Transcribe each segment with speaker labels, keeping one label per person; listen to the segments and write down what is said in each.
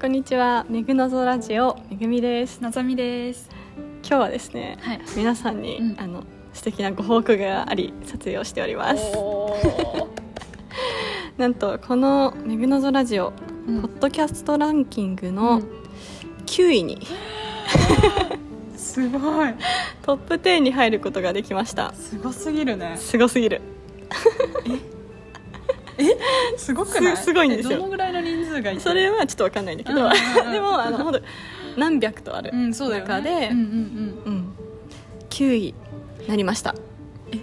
Speaker 1: こんにちは、めぐのぞラジオめぐみです。
Speaker 2: なざみです。
Speaker 1: 今日はですね、
Speaker 2: はい。
Speaker 1: 皆さんに、
Speaker 2: うん
Speaker 1: あの素敵なご報告があり撮影をしております。なんとこのめぐのぞラジオ、
Speaker 2: うん
Speaker 1: ポッドキャストランキングの9位に、
Speaker 2: すごい。
Speaker 1: トップ10に入ることができました。
Speaker 2: すごすぎるね。
Speaker 1: すごすぎる。
Speaker 2: すごくない。
Speaker 1: すすごいんですよ
Speaker 2: えどのぐらいの人数がいて。
Speaker 1: それはちょっとわかんないんだけど、
Speaker 2: うんうんう ん
Speaker 1: でもあの本当何百とある、
Speaker 2: うん、そうだよ、ね。
Speaker 1: 中で
Speaker 2: うんうん
Speaker 1: うん、9位になりました。
Speaker 2: う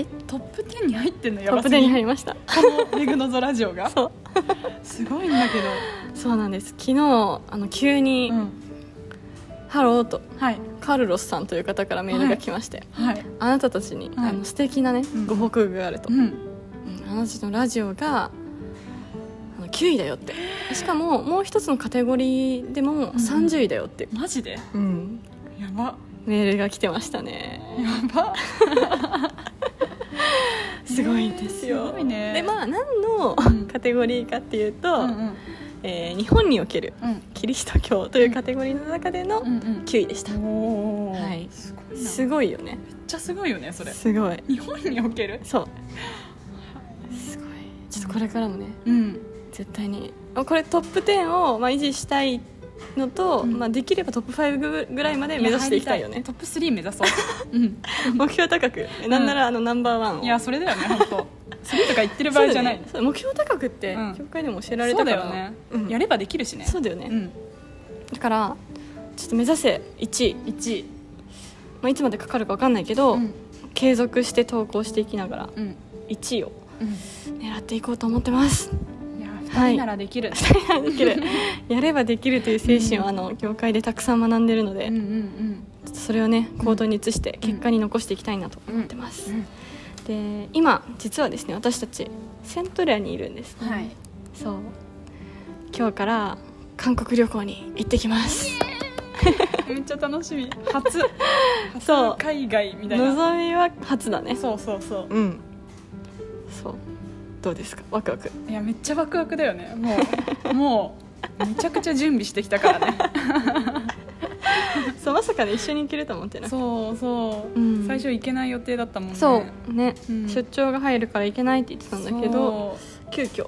Speaker 2: ん。トップ10に入ってんのや
Speaker 1: トッ
Speaker 2: ば
Speaker 1: プ
Speaker 2: す
Speaker 1: 10
Speaker 2: ぎ
Speaker 1: に入
Speaker 2: る。
Speaker 1: りました。
Speaker 2: こ のメグノゾラジオが。
Speaker 1: そう、
Speaker 2: すごいんだけど。
Speaker 1: そうなんです。昨日あの急に、
Speaker 2: うん。
Speaker 1: ハローと。
Speaker 2: はい。
Speaker 1: カルロスさんという方からメールが来まして、
Speaker 2: はい。
Speaker 1: あなたたちに、
Speaker 2: はい
Speaker 1: あの素敵なね、
Speaker 2: うん
Speaker 1: ご報告があると、
Speaker 2: うん。
Speaker 1: うんあなたたちのラジオがあの9位だよってしかももう一つのカテゴリーでも
Speaker 2: ん
Speaker 1: 30位だよって、
Speaker 2: マジで。
Speaker 1: うん
Speaker 2: やば。
Speaker 1: メールが来てましたね
Speaker 2: やば。
Speaker 1: すごいんですよ、
Speaker 2: えーすごいね
Speaker 1: でまあ何の
Speaker 2: うん
Speaker 1: カテゴリーかっていうと、
Speaker 2: うんうん。
Speaker 1: えー日本における
Speaker 2: うん。
Speaker 1: キリスト教というカテゴリーの中での
Speaker 2: うん
Speaker 1: 9位でした
Speaker 2: う、ん。おお。
Speaker 1: はい
Speaker 2: すごいな。
Speaker 1: すごいよね
Speaker 2: めっちゃすごいよね、それ。
Speaker 1: すごい
Speaker 2: 日本 における。
Speaker 1: そうすごいちょっとこれからもね、
Speaker 2: うん。
Speaker 1: 絶対にあこれトップ10をまあ維持したいのと、
Speaker 2: うん
Speaker 1: まあ、できればトップ5ぐぐらいまで目指していきたいよ
Speaker 2: や入り
Speaker 1: ね
Speaker 2: トップ3目指そう。 うん。
Speaker 1: 目標高くえなんならあのナンバーワンを
Speaker 2: いやそれだよね本当それとか言ってる場合じゃない
Speaker 1: そうだよねそう目標高くって
Speaker 2: うん
Speaker 1: 教会でも教えられ
Speaker 2: そ
Speaker 1: た
Speaker 2: うだ
Speaker 1: か
Speaker 2: よ
Speaker 1: ら
Speaker 2: ね、
Speaker 1: うん
Speaker 2: やればできるしね
Speaker 1: そうだよね
Speaker 2: うん
Speaker 1: だからちょっと目指せ1位、
Speaker 2: 1位
Speaker 1: まあ、いつまでかかるか分かんないけど、
Speaker 2: うん
Speaker 1: 継続して投稿していきながら
Speaker 2: うん
Speaker 1: 1位を
Speaker 2: う
Speaker 1: 狙っていこうと思ってます
Speaker 2: んいや
Speaker 1: はい
Speaker 2: 2人ならできる、
Speaker 1: できるやればできるという精神を、
Speaker 2: うん
Speaker 1: あの業界でたくさん学んでるので、
Speaker 2: うん
Speaker 1: ち
Speaker 2: う
Speaker 1: ょ
Speaker 2: んうん
Speaker 1: っとそれをね行動に移して
Speaker 2: うん
Speaker 1: 結果に残していきたいなと思ってます、で今実はですね私たちセントレアにいるんです、
Speaker 2: はい
Speaker 1: そう今日から韓国旅行に行ってきます
Speaker 2: めっちゃ楽しみ初
Speaker 1: そう
Speaker 2: 初海外みたい
Speaker 1: の
Speaker 2: な
Speaker 1: ぞみは初だね
Speaker 2: そうそうそう
Speaker 1: うんそうどうですかワクワク
Speaker 2: ういやめっちゃワクワクだよねもう もうめちゃくちゃ準備してきたからね
Speaker 1: そうまさかね一緒に行けると思ってな そ
Speaker 2: そうそう、
Speaker 1: うん
Speaker 2: 最初行けない予定だったもんね
Speaker 1: うね、
Speaker 2: うん
Speaker 1: 出張が入るから行けないって言ってたんだけど急遽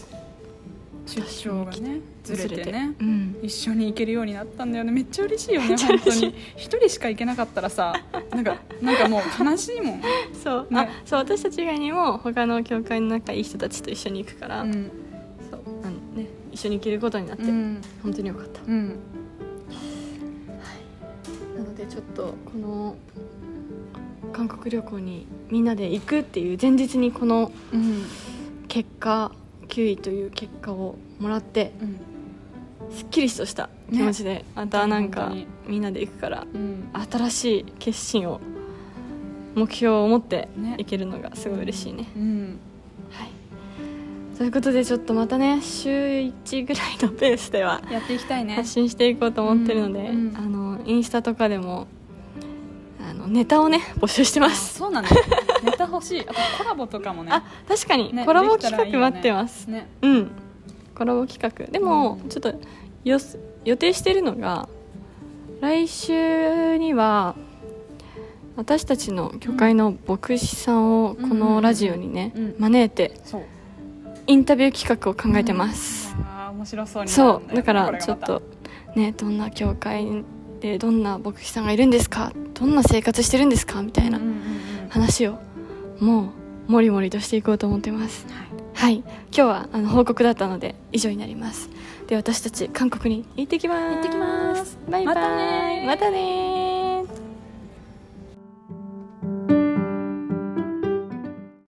Speaker 2: そう出張がねずれてね
Speaker 1: うん
Speaker 2: 一緒に行けるようになったんだよねめっちゃ嬉しい よね
Speaker 1: ちゃ
Speaker 2: 本
Speaker 1: 嬉
Speaker 2: 当
Speaker 1: しい
Speaker 2: に一人しか行けなかったらさなんかなんかもう悲しいもん、
Speaker 1: そう、
Speaker 2: ね
Speaker 1: あそう私たち以外にも他の教会の仲いい人たちと一緒に行くから、
Speaker 2: うん
Speaker 1: そうあのね一緒に行けることになって、
Speaker 2: うん
Speaker 1: 本当によかった
Speaker 2: うん
Speaker 1: なのでちょっとこの韓国旅行にみんなで行くっていう前日にこの
Speaker 2: うん
Speaker 1: 結果9位という結果をもらってすっきりとした気持ちで、またなんか
Speaker 2: 本
Speaker 1: みんなで行くから
Speaker 2: うん
Speaker 1: 新しい決心を目標を持って
Speaker 2: ね
Speaker 1: 行けるのがすごい嬉しいね。
Speaker 2: うん
Speaker 1: はい、ということでちょっとまたね週1ぐらいのペースでは
Speaker 2: やっていきたいね
Speaker 1: 発信していこうと思ってるので、
Speaker 2: うんうん
Speaker 1: あのインスタとかでもあのネタをね募集してま
Speaker 2: あ
Speaker 1: す
Speaker 2: そうなのネタ欲しいあとコラボとかもね
Speaker 1: あ確かに、
Speaker 2: ね
Speaker 1: コラボ
Speaker 2: できたらい
Speaker 1: 企
Speaker 2: い
Speaker 1: 画
Speaker 2: よね
Speaker 1: 待ってます、
Speaker 2: ね
Speaker 1: うんコラボ企画でも、
Speaker 2: うん
Speaker 1: ちょっとよ予定してるのが来週には私たちの教会の牧師さんをこのラジオにね、
Speaker 2: うん
Speaker 1: 招いて
Speaker 2: そう
Speaker 1: インタビュー企画を考えてます、
Speaker 2: あ面白そうになる
Speaker 1: そ
Speaker 2: ん
Speaker 1: うだか
Speaker 2: よ
Speaker 1: ら
Speaker 2: ね
Speaker 1: ちょっ
Speaker 2: こと
Speaker 1: ねどんな教会でどんな牧師さんがいるんですかどんな生活してるんですかみたい
Speaker 2: れがまた
Speaker 1: な
Speaker 2: うんうんうんは
Speaker 1: 話をもうもりもりとしていこうと思ってますはい今日はあの報告だったので以上になりますで私たち韓国に行ってきます
Speaker 2: 行ってきます
Speaker 1: バイバイ
Speaker 2: またね
Speaker 1: またね